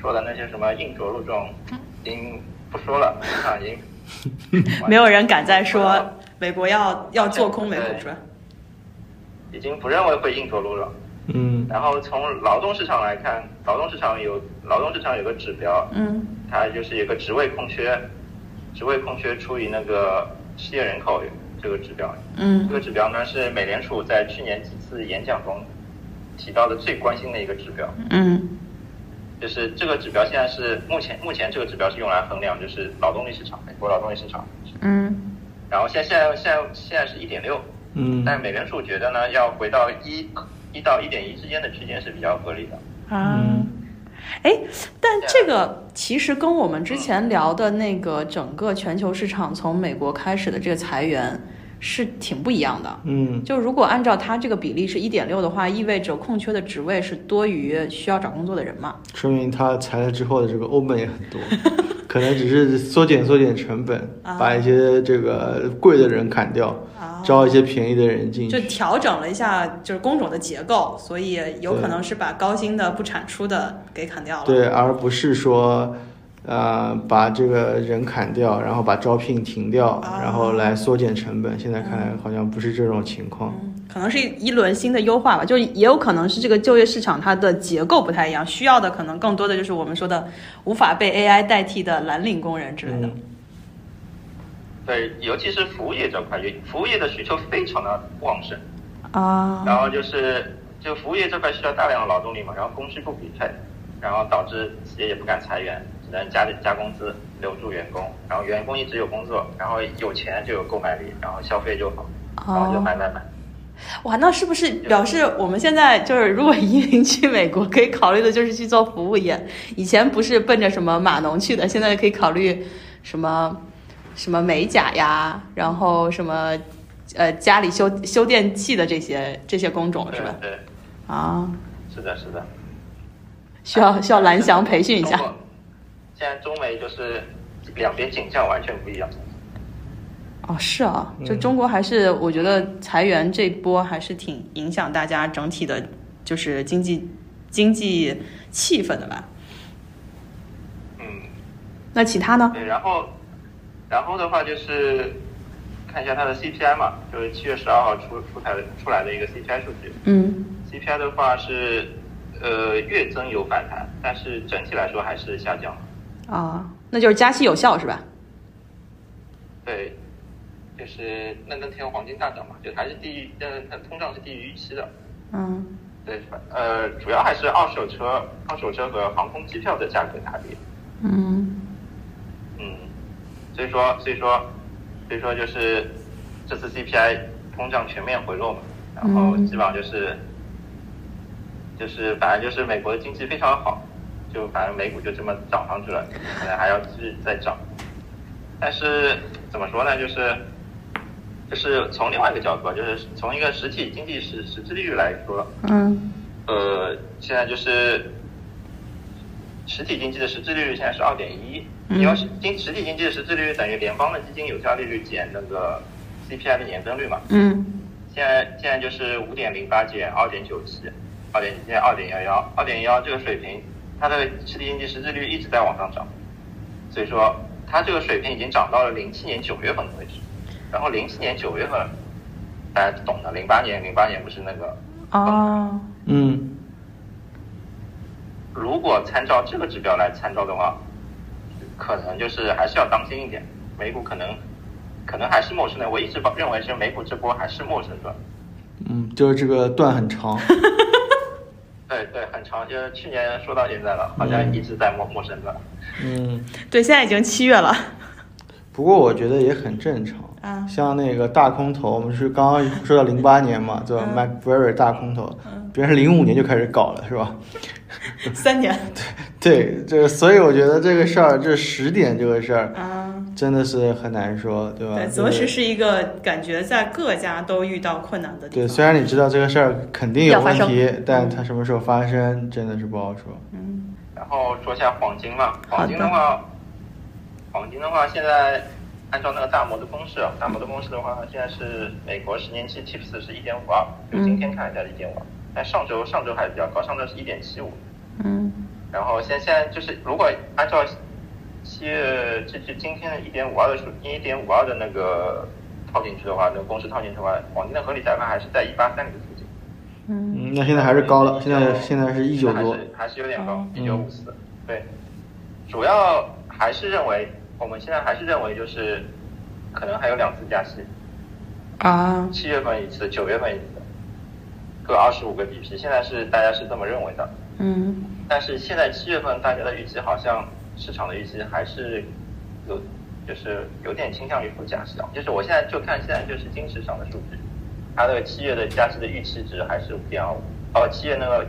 Speaker 2: 说的那些什么硬着陆这种，已经不说了，市场已经
Speaker 3: (laughs) 没有人敢再说美国要要做空美股是吧？
Speaker 2: 已经不认为会硬着陆了。
Speaker 1: 嗯，
Speaker 2: 然后从劳动市场来看，劳动市场有劳动市场有个指标，
Speaker 3: 嗯。
Speaker 2: 它就是有个职位空缺，职位空缺除以那个失业人口这个指标。
Speaker 5: 嗯
Speaker 2: 这个指标呢是美联储在去年几次演讲中提到的最关心的一个指标，
Speaker 3: 嗯
Speaker 2: 就是这个指标现在是目前目前这个指标是用来衡量就是劳动力市场，美国劳动力市场。
Speaker 3: 嗯
Speaker 2: 然后现在现在现在现在是一点六，
Speaker 1: 嗯
Speaker 2: 但美联储觉得呢要回到一一到一点一之间的区间是比较合理的。
Speaker 3: 啊。
Speaker 1: 嗯
Speaker 3: 哎，但这个其实跟我们之前聊的那个整个全球市场从美国开始的这个裁员是挺不一样的。
Speaker 1: 嗯
Speaker 3: 就如果按照它这个比例是一点六的话，意味着空缺的职位是多于需要找工作的人嘛？
Speaker 1: 说明他裁了之后的这个 open 也很多，可能只是缩减缩减成本，
Speaker 3: 啊
Speaker 1: 把一些这个贵的人砍掉，
Speaker 3: 啊
Speaker 1: 招一些便宜的人进
Speaker 3: 就
Speaker 1: 去。
Speaker 3: 调整了一下就是工种的结构，所以有可能是把高薪的不产出的给砍掉了。
Speaker 1: 对，而不是说，呃，把这个人砍掉，然后把招聘停掉，
Speaker 3: 啊
Speaker 1: 然后来缩减成本。现在看来好像不是这种情况。
Speaker 3: 可能是一轮新的优化吧，就也有可能是这个就业市场它的结构不太一样，需要的可能更多的就是我们说的无法被 AI 代替的蓝领工人之类的。
Speaker 1: 嗯
Speaker 2: 对，尤其是服务业这块，也服务业的需求非常的旺盛，然
Speaker 3: 啊，
Speaker 2: 后就是就服务业这块需要大量的劳动力嘛，然后供需不匹配，然后导致企业也不敢裁员，只能加加工资留住员工，然后员工一直有工作，然后有钱就有购买力，然后消费就好，然后
Speaker 3: 哦
Speaker 2: 就买买买。
Speaker 3: 哇，那是不是表示我们现在就是如果移民去美国，可以考虑的就是去做服务业？以前不是奔着什么码农去的，现在可以考虑什么什么美甲呀，然后什么呃家里修修电器的这些这些工种
Speaker 2: 对
Speaker 3: 哦是吧？
Speaker 2: 对，
Speaker 3: 啊，
Speaker 2: 是的，是的。
Speaker 3: 需要需要蓝翔培训一下
Speaker 2: 中。国。现在中美就是两边景象完全不一样。
Speaker 3: 哦，是啊，就
Speaker 1: 嗯
Speaker 3: 中国还是、我觉得裁员这波还是挺影响大家整体的，就是经济经济气氛的吧。
Speaker 2: 嗯，
Speaker 3: 那其他呢？
Speaker 2: 对，然后，然后的话就是看一下它的 CPI 嘛，就是七月十二号出出台的出来的一个 CPI 数据。
Speaker 3: 嗯
Speaker 2: CPI 的话是呃月增有反弹，但是整体来说还是下降了。
Speaker 3: 啊，那就是加息有效是吧？
Speaker 2: 对，就是那那天黄金大涨嘛，就还是低于，但是它通胀是低于预期的。
Speaker 3: 嗯
Speaker 2: 对，呃，主要还是二手车、二手车和航空机票的价格下跌。
Speaker 3: 嗯
Speaker 2: 嗯，所以说，所以说，所以说就是这次 CPI 通胀全面回落嘛，然后
Speaker 3: 嗯
Speaker 2: 基本上就是、就是反正就是美国的经济非常好，就反正美股就这么涨上去了，可能还要继续再涨。但是怎么说呢，就是就是从另外一个角度，就是从一个实体经济实实质利率来说，
Speaker 3: 嗯
Speaker 2: 呃，现在就是实体经济的实质利率现在是二点一，
Speaker 3: 嗯
Speaker 2: 你要是经实体经济的实质利率等于联邦的基金有效利率减那个 CPI 的年增率嘛？
Speaker 3: 嗯
Speaker 2: 现在现在就是五点零八减二点九七，二点现在二点幺幺，二点幺这个水平，它的实体经济实质利率一直在往上涨，所以说它这个水平已经涨到了零七年九月份的位置，然后零七年九月份大家懂的，零八年零八年不是那个
Speaker 3: 啊
Speaker 1: 嗯
Speaker 2: 如果参照这个指标来参照的话，可能就是还是要当心一点，美股可能可能还是陌生的。我一直把认为是美股这波还是陌生的。
Speaker 1: 嗯，就是这个段很
Speaker 3: (laughs)
Speaker 1: 长。
Speaker 2: 对对，很长，就是去年说到现在了，好像一直在陌陌生的。
Speaker 1: 嗯。
Speaker 3: 对，现在已经七月了。
Speaker 1: 不过我觉得也很正常。
Speaker 3: 啊
Speaker 1: 像那个大空头，我们是刚刚说到零八年嘛，对吧
Speaker 3: 嗯
Speaker 1: ？MacBerry 大空头，别人零五年就开始搞了，是吧？ (laughs)
Speaker 3: 三年
Speaker 1: 对，这所以我觉得这个事儿，这十点这个事儿，
Speaker 3: 啊，
Speaker 1: 真的是很难说，对吧？
Speaker 3: 对，
Speaker 1: 就是
Speaker 3: 择时是一个感觉在各家都遇到困难的地
Speaker 1: 对，
Speaker 3: 方。
Speaker 1: 虽然你知道这个事儿肯定有
Speaker 3: 要发
Speaker 1: 问
Speaker 3: 生
Speaker 1: 题，但它什么时候发生，真的是不好说。
Speaker 3: 嗯
Speaker 2: 然后说一下黄金嘛，
Speaker 3: 好的
Speaker 2: 黄金的话，黄金的话现在按照那个大摩的公式啊，大摩的公式的话，现在是美国十年期 TIPS 是一点五二，就今天看一下一点五二，但上周上周还比较高，上周是一点七五。
Speaker 3: 嗯
Speaker 2: 然后现现在就是，如果按照七月这这今天的一点五二的数，一点五二的那个套进去的话，那个公式套进去的话，黄金的合理价格还是在一八三零附近。
Speaker 3: 嗯
Speaker 1: 嗯，那现在还是高了，现在现在是一九
Speaker 2: 还
Speaker 1: 多。
Speaker 2: 是还是有点高
Speaker 3: 哦，
Speaker 2: 一九五
Speaker 1: 嗯
Speaker 2: 四。对，主要还是认为我们现在还是认为就是可能还有两次加息，
Speaker 3: 啊，
Speaker 2: 七月份一次，九月份一次，各二十五个 BP。现在是大家是这么认为的，
Speaker 3: 嗯
Speaker 2: 但是现在七月份大家的预期好像市场的预期还是有，就是有点倾向于负加息啊。就是我现在就看现在就是金市场的数据，它那个七月的加息的预期值还是五点二五，哦，七月那个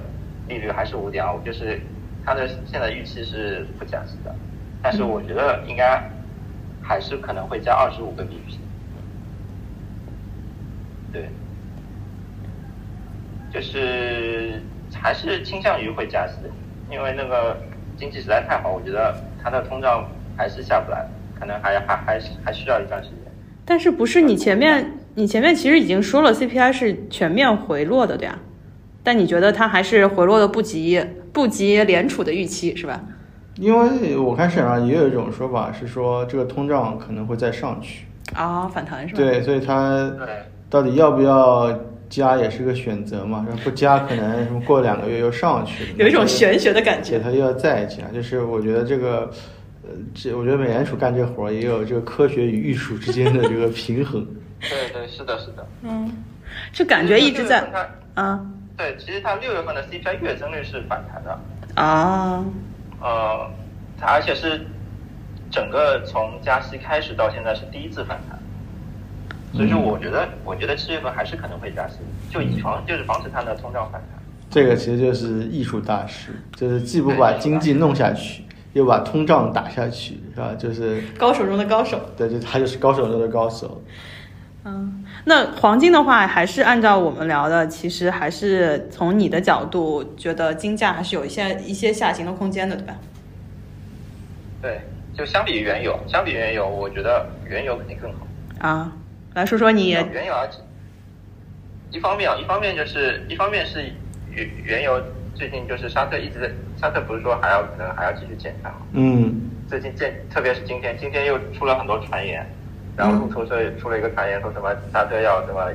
Speaker 2: 利率还是五点二五，就是它的现在预期是不加息的，但是我觉得应该还是可能会加二十五个 BP。对，就是还是倾向于会加息，因为那个经济实在太好，我觉得它的通胀还是下不来，可能还还还还需要一段时间。
Speaker 3: 但是不是你前面你前面其实已经说了 CPI 是全面回落的，对啊？但你觉得它还是回落的不及不及联储的预期是吧？
Speaker 1: 因为我看市场上也有一种说法是说，这个通胀可能会再上去，
Speaker 3: 啊，反弹是吧？
Speaker 1: 对，所以它
Speaker 2: 对
Speaker 1: 到底要不要加也是个选择嘛，然后不加可能什么过两个月又上去了，
Speaker 3: 有一种玄学的感
Speaker 1: 且
Speaker 3: 觉。
Speaker 1: 它又要再加，就是我觉得这个，呃，这我觉得美联储干这活儿也有这个科学与艺术之间的这个平衡。
Speaker 2: 对对，是的，是的，
Speaker 3: 嗯，就感觉一直在
Speaker 2: 其实它
Speaker 3: 啊
Speaker 2: 对，其实它六月份的 CPI 月增率是反弹的，
Speaker 3: 啊
Speaker 2: 呃，它而且是整个从加息开始到现在是第一次反弹，所以说我觉得，我觉得七月份还是可能会加息，就以防就是防止它的通胀反弹。
Speaker 1: 这个其实就是艺术大师，就是既不把经济弄下去，又把通胀打下去，是吧？就是，
Speaker 3: 高手中的高手。
Speaker 1: 对，就他就是高手中的高手。
Speaker 3: 嗯，那黄金的话，还是按照我们聊的，其实还是从你的角度觉得金价还是有一些一些下行的空间的，对吧？
Speaker 2: 对，就相比于原油，相比原油，我觉得原油肯定更好。
Speaker 3: 啊，来说说你
Speaker 2: 原油啊，一方面啊，一方面就是一方面是原原油最近就是沙特一直在，沙特不是说还要可能还要继续减产吗？
Speaker 1: 嗯，
Speaker 2: 最近见，特别是今天，今天又出了很多传言，然后路透社也出了一个传言，说什么沙特要什么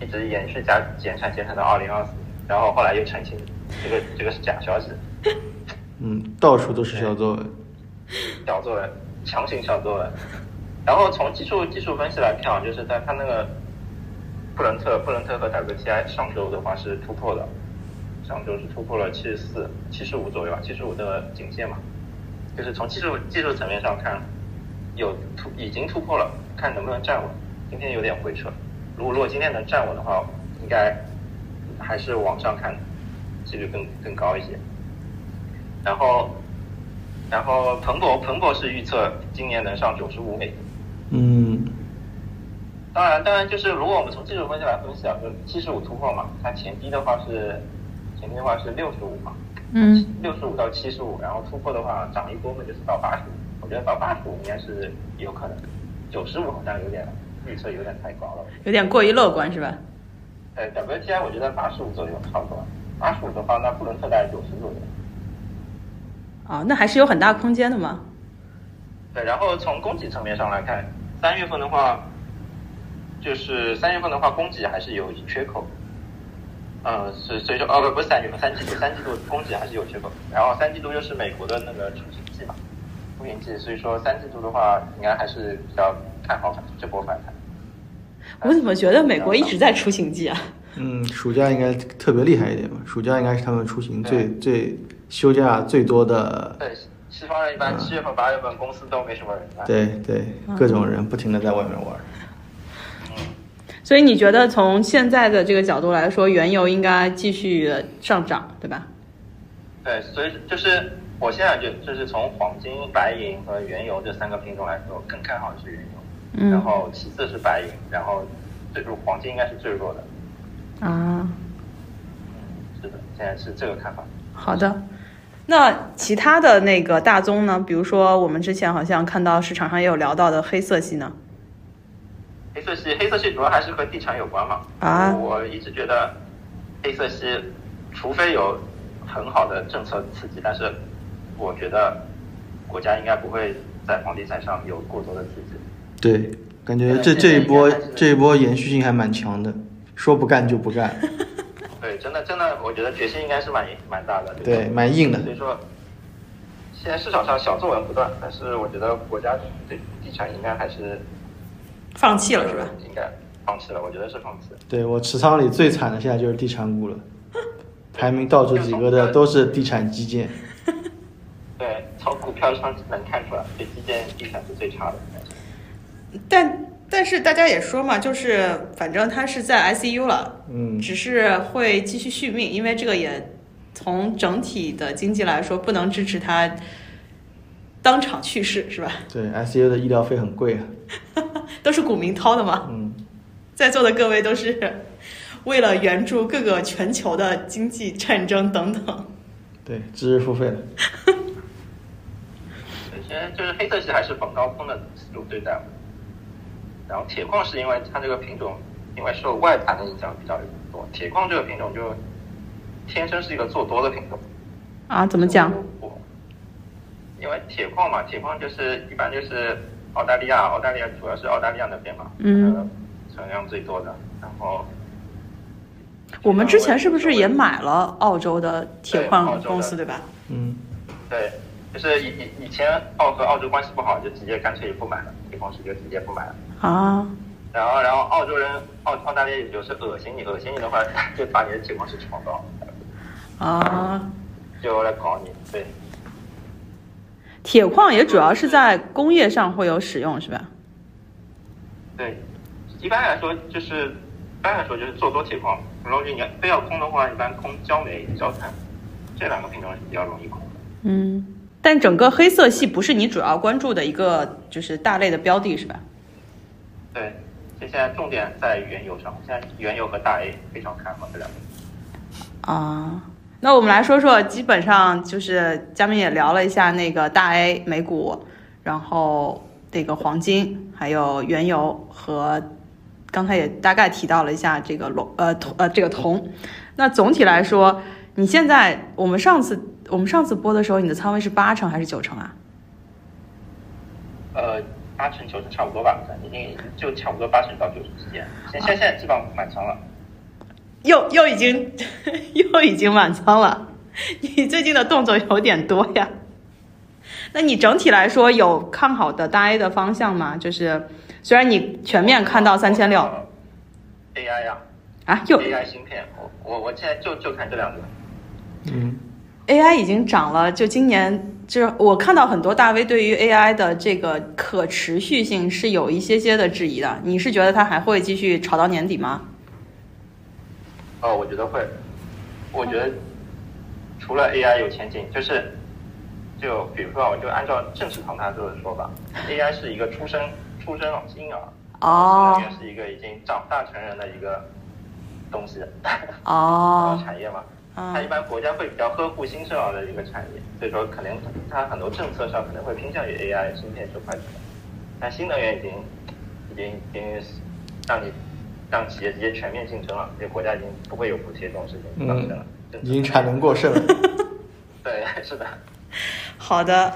Speaker 2: 一直延续加减产，减产到二零二四，然后后来又澄清，这个这个是假消息，
Speaker 1: 嗯，到处都是小作文。
Speaker 2: (laughs) 小作文，强行小作文。然后从技术技术分析来看啊，就是在它那个布伦特布伦特和 WTI 上周的话是突破的，上周是突破了七十四、七十五左右吧，七十五的颈线嘛。就是从技术技术层面上看，有突已经突破了，看能不能站稳。今天有点回撤，如果如果今天能站稳的话，应该还是往上看，几率更更高一些。然后然后彭博彭博是预测今年能上九十五美金。
Speaker 1: 嗯
Speaker 2: 当然，当然就是如果我们从技术分析来分析啊，就是七十五突破嘛，它前低的话是前低的话是六十五嘛，
Speaker 3: 嗯，
Speaker 2: 六十五到七十五，然后突破的话涨一波嘛就是到八十五，我觉得到八十五应该是有可能，九十五好像有点预测有点太高了。
Speaker 3: 有点过于乐观是吧？
Speaker 2: 呃，WTI 我觉得八十五左右差不多，八十五的话那布伦特大概九十左右。
Speaker 3: 啊，那还是有很大空间的嘛。
Speaker 2: 对，然后从供给层面上来看，三月份的话，就是三月份的话，供给还是有缺口。嗯，所以所以说，哦不不是三月份，三季度三季度供给还是有缺口。然后三季度又是美国的那个出行季嘛，出行季，所以说三季度的话，应该还是比较看好这波反弹。
Speaker 3: 我怎么觉得美国一直在出行季啊？ (laughs)
Speaker 1: 嗯，暑假应该特别厉害一点吧？暑假应该是他们出行最最休假最多的。
Speaker 2: 对，西西方人一般七月份、八月份公司都没什么人来。
Speaker 1: 对对，各种人不停的在外面玩儿。
Speaker 3: 所以你觉得从现在的这个角度来说，原油应该继续上涨，对吧？
Speaker 2: 对，所以就是我现在就就是从黄金、白银和原油这三个品种来说，更看好的是原油，
Speaker 3: 嗯
Speaker 2: 然后其次是白银，然后最弱黄金应该是最弱的，
Speaker 3: 啊，
Speaker 2: 是的，现在是这个看法。
Speaker 3: 好的。那其他的那个大宗呢？比如说我们之前好像看到市场上也有聊到的黑色系呢？
Speaker 2: 黑色系，黑色系主要还是和地产有关嘛。
Speaker 3: 啊
Speaker 2: 我一直觉得黑色系，除非有很好的政策刺激，但是我觉得国家应该不会在房地产上有过多的刺激。
Speaker 1: 对，感觉这这一波这一波延续性还蛮强的，说不干就不干，
Speaker 2: 对，真的真的，我觉得决心应该是蛮蛮大的。
Speaker 1: 对，蛮硬的。
Speaker 2: 所以说，现在市场上小作文不断，但是我觉得国家对地产应该还是
Speaker 3: 放弃了是吧？
Speaker 2: 应该放弃了，我觉得是放弃了。
Speaker 1: 对我持仓里最惨的现在就是地产股了，排名倒数几个的都是地产基建。
Speaker 2: 对，从股票上能看出来，对基建地产是最差的。
Speaker 3: 但但是大家也说嘛，就是反正他是在 ICU 了，
Speaker 1: 嗯，
Speaker 3: 只是会继续续命，因为这个也从整体的经济来说不能支持他当场去世，是吧？ (laughs)
Speaker 1: 对，ICU 的医疗费很贵啊。
Speaker 3: 都是股民掏的嘛，
Speaker 1: 嗯，
Speaker 3: 在座的各位都是 (laughs) 为了援助各个全球的经济战争等等。
Speaker 1: 对，知识付费了。
Speaker 2: 首先就是黑色系还是逢高峰的思路对待，然后铁矿是因为它这个品种，因为受外盘的影响比较多，铁矿这个品种就天生是一个做多的品种。
Speaker 4: 啊？怎么讲？？
Speaker 2: 因为铁矿嘛，铁矿就是一般就是澳大利亚，澳大利亚主要是澳大利亚那边嘛，
Speaker 4: 嗯
Speaker 2: 呃，存量最多的。然后
Speaker 4: 我们之前是不是也买了澳洲的铁矿公司，对吧？
Speaker 1: 嗯，
Speaker 2: 对，就是以以以前澳和澳洲关系不好，就直接干脆就不买了，铁矿石就直接不买了。
Speaker 4: 啊，
Speaker 2: 然后，然后澳洲人澳澳大利亚有时候恶心你，恶心你的话，就把你的铁矿石炒高，
Speaker 4: 啊，
Speaker 2: 就来搞你。对，
Speaker 4: 铁矿也主要是在工业上会有使用，是吧？
Speaker 2: 对，一般来说就是，一般来说就是做多铁矿。如果你要非要空的话，一般空焦煤、焦炭这两个品种是比较容易空的。
Speaker 4: 嗯，但整个黑色系不是你主要关注的一个就是大类的标的，是吧？
Speaker 2: 对，这现在重点在原油上，现在原油和大 A 非常看好这两个。
Speaker 4: 啊，那我们来说说，基本上就是嘉宾也聊了一下那个大 A 美股，然后那个黄金，还有原油和刚才也大概提到了一下这个龙呃铜呃这个铜。那总体来说，你现在我们上次我们上次播的时候，你的仓位是八成还是九成啊？
Speaker 2: 呃，八成九成差不多吧，已经就差不多八成到九成之间。现现在基本上满仓了。
Speaker 4: 又又已经 (laughs) 又已经满仓了， (laughs) 你最近的动作有点多呀。那你整体来说有看好的大 A 的方向吗？就是虽然你全面看到三千六
Speaker 2: 呃。AI 呀、
Speaker 4: 啊，又
Speaker 2: a i 芯片，我我我现在就就看这两个。
Speaker 1: 嗯，
Speaker 4: AI 已经涨了，就今年就是我看到很多大 V 对于 AI 的这个可持续性是有一些些的质疑的。你是觉得它还会继续炒到年底吗？
Speaker 2: 哦，我觉得会，我觉得除了 AI 有前景，就是就比如说，啊，我就按照正式堂他这的说法，AI 是一个出生出生婴儿，
Speaker 4: 哦
Speaker 2: 也是一个已经长大成人的一个东西，
Speaker 4: 哦
Speaker 2: 产业嘛。
Speaker 1: 啊
Speaker 2: 它一
Speaker 4: 嗯
Speaker 2: 般国家会比较呵护新生儿的一个产业，所以说可能它很多政策上可能会偏向于 AI 芯片这块去。但新能源已经已经已经让你让企业直接全面竞争了，因为国家已经不会有补贴这种事情发生了。政
Speaker 1: 嗯
Speaker 2: 策
Speaker 1: 已经产能过剩了。
Speaker 2: 对，是的，
Speaker 3: 好的，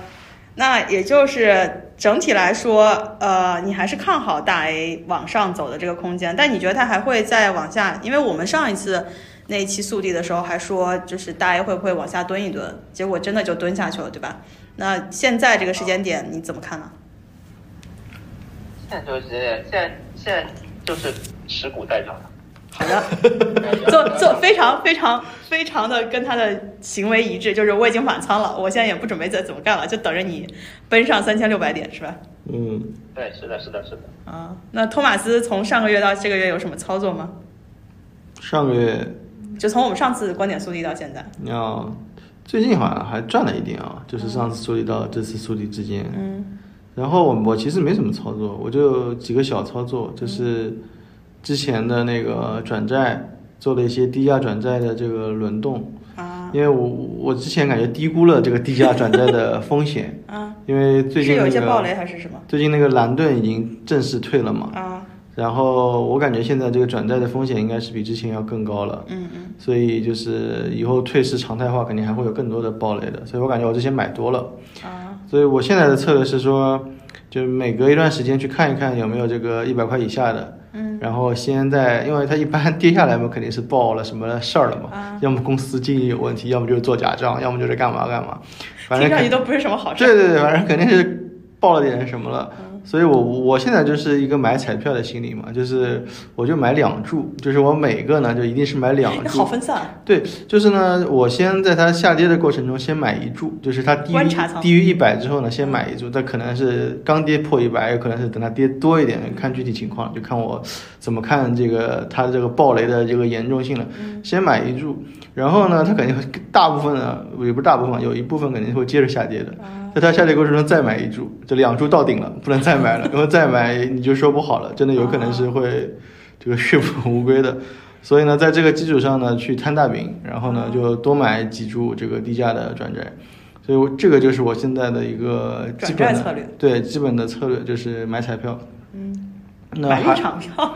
Speaker 3: 那也就是整体来说，呃，你还是看好大 A 往上走的这个空间，但你觉得它还会再往下？因为我们上一次那一期速递的时候还说，就是大 A 会不会往下蹲一蹲，结果真的就蹲下去了，对吧？那现在这个时间点你怎么看呢？
Speaker 2: 现在就是现在现在就是持股待涨了。
Speaker 3: 好的，做做非常非常非常的跟他的行为一致，就是我已经满仓了，我现在也不准备再怎么干了，就等着你奔上三千六百点，是吧？
Speaker 1: 嗯，
Speaker 2: 对，是的，是的，是的。
Speaker 3: 啊，那托马斯从上个月到这个月有什么操作吗？
Speaker 1: 上个月
Speaker 3: 就从我们上次观点速递到现在，
Speaker 1: 要最近好像还赚了一点啊，就是上次梳理到这次梳理之间。
Speaker 3: 嗯
Speaker 1: 然后我我其实没什么操作，我就几个小操作，
Speaker 3: 嗯
Speaker 1: 就是之前的那个转债做了一些低价转债的这个轮动，
Speaker 3: 啊，
Speaker 1: 因为我我之前感觉低估了这个低价转债的风险
Speaker 3: (laughs) 啊，
Speaker 1: 因为最近
Speaker 3: 是有
Speaker 1: 那
Speaker 3: 一些暴雷
Speaker 1: 个
Speaker 3: 还是什么？
Speaker 1: 最近那个蓝盾已经正式退了嘛，
Speaker 3: 啊，
Speaker 1: 然后我感觉现在这个转债的风险应该是比之前要更高了。
Speaker 3: 嗯嗯
Speaker 1: 所以就是以后退市常态化，肯定还会有更多的暴雷的。所以我感觉我之前买多了，
Speaker 3: 啊
Speaker 1: 所以我现在的策略是说，就是每隔一段时间去看一看有没有这个一百块以下的，
Speaker 3: 嗯
Speaker 1: 然后先在，因为它一般跌下来嘛，肯定是爆了什么事儿了嘛，
Speaker 3: 啊，
Speaker 1: 要么公司经营有问题，要么就是做假账，要么就是干嘛干嘛，反
Speaker 3: 听
Speaker 1: 正
Speaker 3: 上去
Speaker 1: 肯
Speaker 3: 都不是什么好事。嗯
Speaker 1: 对对对，反正肯定是爆了点什么了，所以我我现在就是一个买彩票的心理嘛，就是我就买两注，就是我每个呢就一定是买两
Speaker 3: 那
Speaker 1: 注
Speaker 3: 哎好，分散，啊
Speaker 1: 对，就是呢，我先在它下跌的过程中先买一注，就是它低于
Speaker 3: 观察仓
Speaker 1: 低于一百之后呢，先买一注，它可能是刚跌破一百，有可能是等它跌多一点，看具体情况，就看我怎么看这个它的这个暴雷的这个严重性了。
Speaker 3: 嗯
Speaker 1: 先买一注，然后呢，它肯定会大部分呢，也不是大部分，有一部分肯定会接着下跌的。
Speaker 3: 啊
Speaker 1: 在它下跌过程中再买一注，就两注到顶了，不能再买
Speaker 3: (laughs)
Speaker 1: 了，因为再买你就说不好了，真的有可能是会这个血本无
Speaker 3: 啊
Speaker 1: 归的。所以呢，在这个基础上呢，去摊大饼，然后呢，就多买几注这个低价的转债。所以我这个就是我现在的一个基本的
Speaker 3: 转债策略
Speaker 1: 对基本的策略就是买彩票。嗯，那
Speaker 3: 买
Speaker 1: 还
Speaker 3: 入场
Speaker 1: (laughs)
Speaker 3: 票，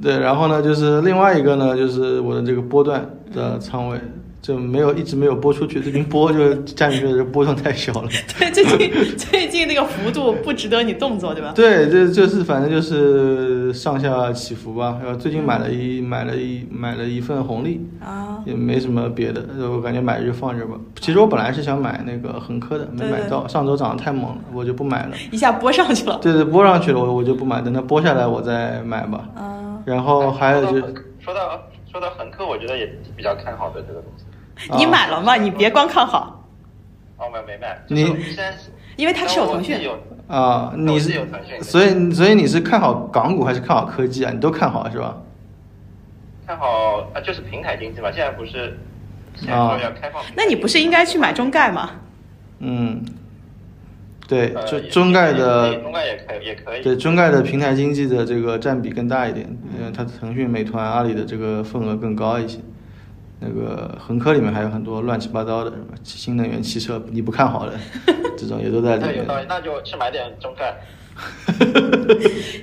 Speaker 1: 对，然后呢，就是另外一个呢，就是我的这个波段的仓位。就没有一直没有播出去，最近播就占据的波动太小了。 (laughs)
Speaker 3: 对，最近最近那个幅度不值得你动作，对吧？
Speaker 1: 对，这就是反正就是上下起伏吧。然后最近买了一买了一买了一份红利，
Speaker 3: 啊，
Speaker 1: 也没什么别的，我感觉买着就放着吧。其实我本来是想买那个恒科的，没
Speaker 3: 对
Speaker 1: 买到，上周涨得太猛了，我就不买了。
Speaker 3: 一下拨上去了，
Speaker 1: 对对，播上去了，我我就不买，等它播下来我再买吧。
Speaker 3: 啊，
Speaker 1: 然后哦还有就
Speaker 2: 哎
Speaker 1: 是，
Speaker 2: 说到说到说到恒科，我觉得也是比较看好的这个东西。
Speaker 3: 你
Speaker 1: 啊
Speaker 3: 买了吗？你别光看好，
Speaker 2: 哦，没有没卖。
Speaker 1: 你
Speaker 2: 就是虽然是
Speaker 3: 因为它持有腾
Speaker 2: 但我自己
Speaker 3: 讯，
Speaker 2: 有
Speaker 1: 啊，你
Speaker 2: 我是
Speaker 1: 是
Speaker 2: 有腾讯的
Speaker 1: 所以所以你是看好港股还是看好科技啊？你都看好是吧？
Speaker 2: 看好啊，就是平台经济嘛，现在不是现在说要开放平台经济嘛、
Speaker 3: 啊那你不是应该去买中概吗？
Speaker 1: 嗯，对，
Speaker 2: 呃
Speaker 1: 中
Speaker 2: 也
Speaker 1: 中概的
Speaker 2: 也中概也可以也可以。
Speaker 1: 对中概的平台经济的这个占比更大一点，因为它腾讯、美团、阿里的这个份额更高一些。那个恒科里面还有很多乱七八糟的，什么新能源汽车你不看
Speaker 2: (laughs)
Speaker 1: 好的，这种也都在里
Speaker 2: 那有
Speaker 1: 面。
Speaker 2: 道理，那就去买点中概。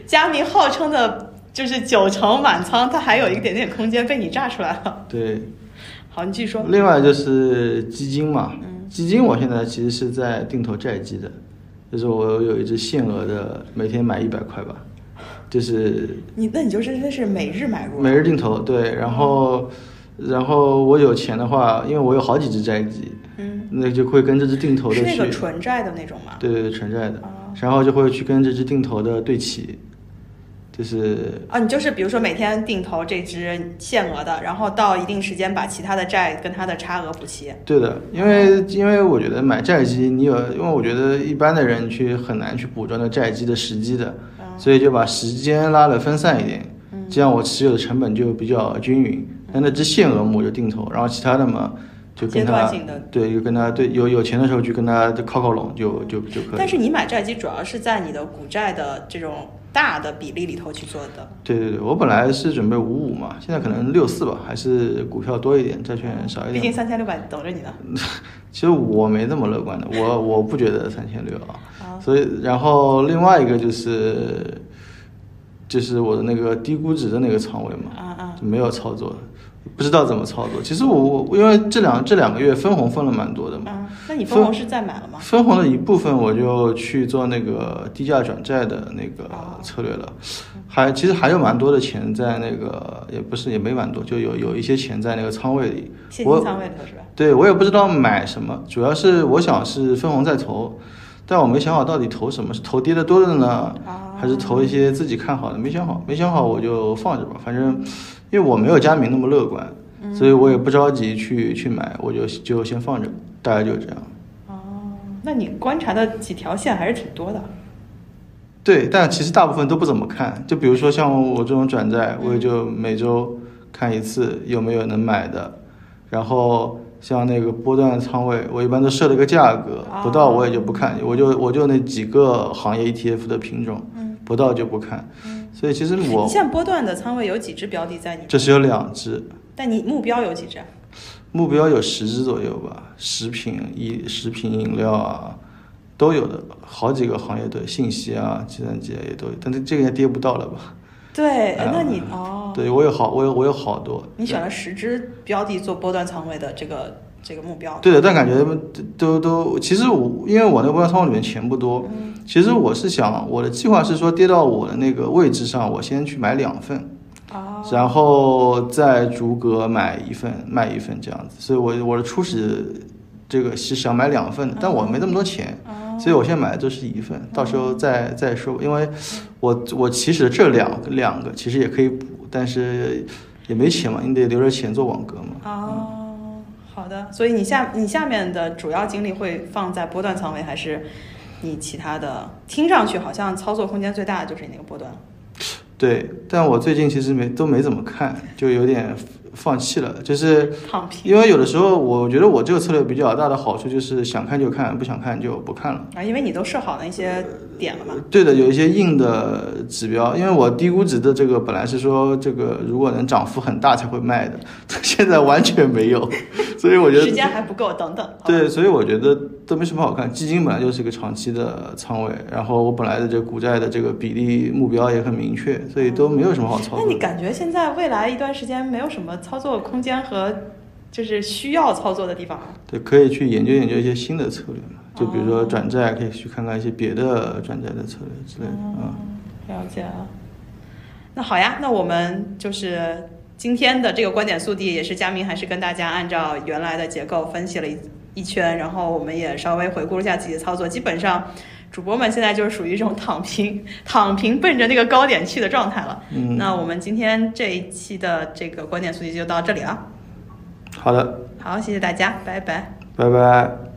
Speaker 3: 佳明号称的就是九成满仓，它还有一点点空间被你炸出来了。
Speaker 1: 对，
Speaker 3: 好，你继续说。
Speaker 1: 另外就是基金嘛，
Speaker 3: 嗯
Speaker 1: 基金我现在其实是在定投债基的，就是我有一只限额的，每天买一百块吧，就是
Speaker 3: 你那你就真的是每日买入，啊
Speaker 1: 每日定投，对，然后，然后我有钱的话，因为我有好几只债基，
Speaker 3: 嗯，
Speaker 1: 那就会跟这只定投的
Speaker 3: 是那
Speaker 1: 去，
Speaker 3: 个纯债的那种吗？
Speaker 1: 对对对，纯债的
Speaker 3: 哦，
Speaker 1: 然后就会去跟这只定投的对齐，就是
Speaker 3: 啊，你就是比如说每天定投这只限额的，然后到一定时间把其他的债跟它的差额补齐。
Speaker 1: 对的，因为因为我觉得买债基，你有，因为我觉得一般的人去很难去捕捉到债基的时机的，
Speaker 3: 嗯
Speaker 1: 所以就把时间拉的分散一点，这样我持有的成本就比较均匀。那那只限额我就定投，然后其他的嘛就跟
Speaker 3: 嗯阶
Speaker 1: 他
Speaker 3: 段性的
Speaker 1: 对，就跟他对有有钱的时候去跟他靠靠拢就就就可以。
Speaker 3: 但是你买债基主要是在你的股债的这种大的比例里头去做的。
Speaker 1: 对对对，我本来是准备五五嘛，现在可能六四吧，还是股票多一点，债券嗯少一
Speaker 3: 毕
Speaker 1: 点嗯
Speaker 3: 竟。三千六百等着你呢。
Speaker 1: 其实我没那么乐观的，我我不觉得三千六啊。所以，然后另外一个就是，就是我的那个低估值的那个仓位嘛，
Speaker 3: 啊啊，
Speaker 1: 就没有操作，不知道怎么操作。其实我我因为这两这两个月分红分了蛮多的嘛，
Speaker 3: 啊，那你分红是再买了吗？
Speaker 1: 分红的一部分我就去做那个低价转债的那个
Speaker 3: 哦
Speaker 1: 策略了，还其实还有蛮多的钱在那个也不是也没蛮多，就有有一些钱在那个仓位里。
Speaker 3: 现
Speaker 1: 我
Speaker 3: 金仓位里头是吧？
Speaker 1: 对我也不知道买什么，主要是我想是分红再投，但我没想好到底投什么，是投跌的多的呢，
Speaker 3: 哦
Speaker 1: 还是投一些自己看好的？没想好，没想好我就放着吧，反正因为我没有佳明那么乐观，
Speaker 3: 嗯
Speaker 1: 所以我也不着急去去买，我就就先放着，大概就这样。
Speaker 3: 哦，那你观察的几条线还是挺多的。
Speaker 1: 对，但其实大部分都不怎么看，就比如说像我这种转债，我也就每周看一次有没有能买的，然后像那个波段仓位，我一般都设了个价格，不到我也就不看，我就我就那几个行业 ETF 的品种，不到就不看，所以其实
Speaker 3: 你
Speaker 1: 我
Speaker 3: 现在波段的仓位有几只标的在你？
Speaker 1: 这是有两只，
Speaker 3: 但你目标有几
Speaker 1: 呃
Speaker 3: 只？啊
Speaker 1: 目标有十只左右吧，食品、饮食品饮料啊，都有的，好几个行业的信息啊、计算机啊也都有，但是这个也跌不到了吧。
Speaker 3: 对，
Speaker 1: 呃
Speaker 3: 那你哦，
Speaker 1: 对我有好，我有我有好多。
Speaker 3: 你选了十只标的做波段仓位的这个这个目标。
Speaker 1: 对的，但感觉都都，其实我因为我那个波段仓位里面钱不多，
Speaker 3: 嗯
Speaker 1: 其实我是想我的计划是说跌到我的那个位置上，我先去买两份，
Speaker 3: 哦，
Speaker 1: 然后再逐格买一份卖一份这样子。所以我我的初始这个是想买两份的，但我没那么多钱，
Speaker 3: 哦嗯
Speaker 1: 所以我现在买的都是一份，到时候再再说。因为我我其实这两两个其实也可以补，但是也没钱嘛，你得留着钱做网格嘛。
Speaker 3: 哦，好的。所以你下你下面的主要精力会放在波段仓位，还是你其他的？听上去好像操作空间最大的就是你那个波段。
Speaker 1: 对，但我最近其实没都没怎么看，就有点放弃了。就是
Speaker 3: 躺平
Speaker 1: 因为有的时候，我觉得我这个策略比较大的好处就是想看就看，不想看就不看了。
Speaker 3: 啊，因为你都设好那些点了嘛。
Speaker 1: 对的，有一些硬的指标，因为我低估值的这个本来是说这个如果能涨幅很大才会卖的， (laughs) 现在完全没有，所以我觉得
Speaker 3: 时间还不够，等等。好吧
Speaker 1: 对，所以我觉得都没什么好看。基金本来就是一个长期的仓位，然后我本来的这股债的这个比例目标也很明确，所以都没有什么好操
Speaker 3: 那
Speaker 1: 作
Speaker 3: 你
Speaker 1: 的。
Speaker 3: 感觉现在未来一段时间没有什么操作空间和就是需要操作的地方吗？
Speaker 1: 对，可以去研究研究一些新的策略嘛，就比如说转债，可以去看看一些别的转债的策略之类的啊、
Speaker 3: 了解了。那好呀，那我们就是今天的这个观点速递，也是佳明还是跟大家按照原来的结构分析了一一圈，然后我们也稍微回顾了一下自己的操作。基本上，主播们现在就是属于一种躺平、 (laughs) 躺平奔着那个高点去的状态了。
Speaker 1: 嗯
Speaker 3: 那我们今天这一期的这啊个观点速递就到这里了。
Speaker 1: 好的，
Speaker 3: 好，谢谢大家，拜拜。
Speaker 1: 拜拜。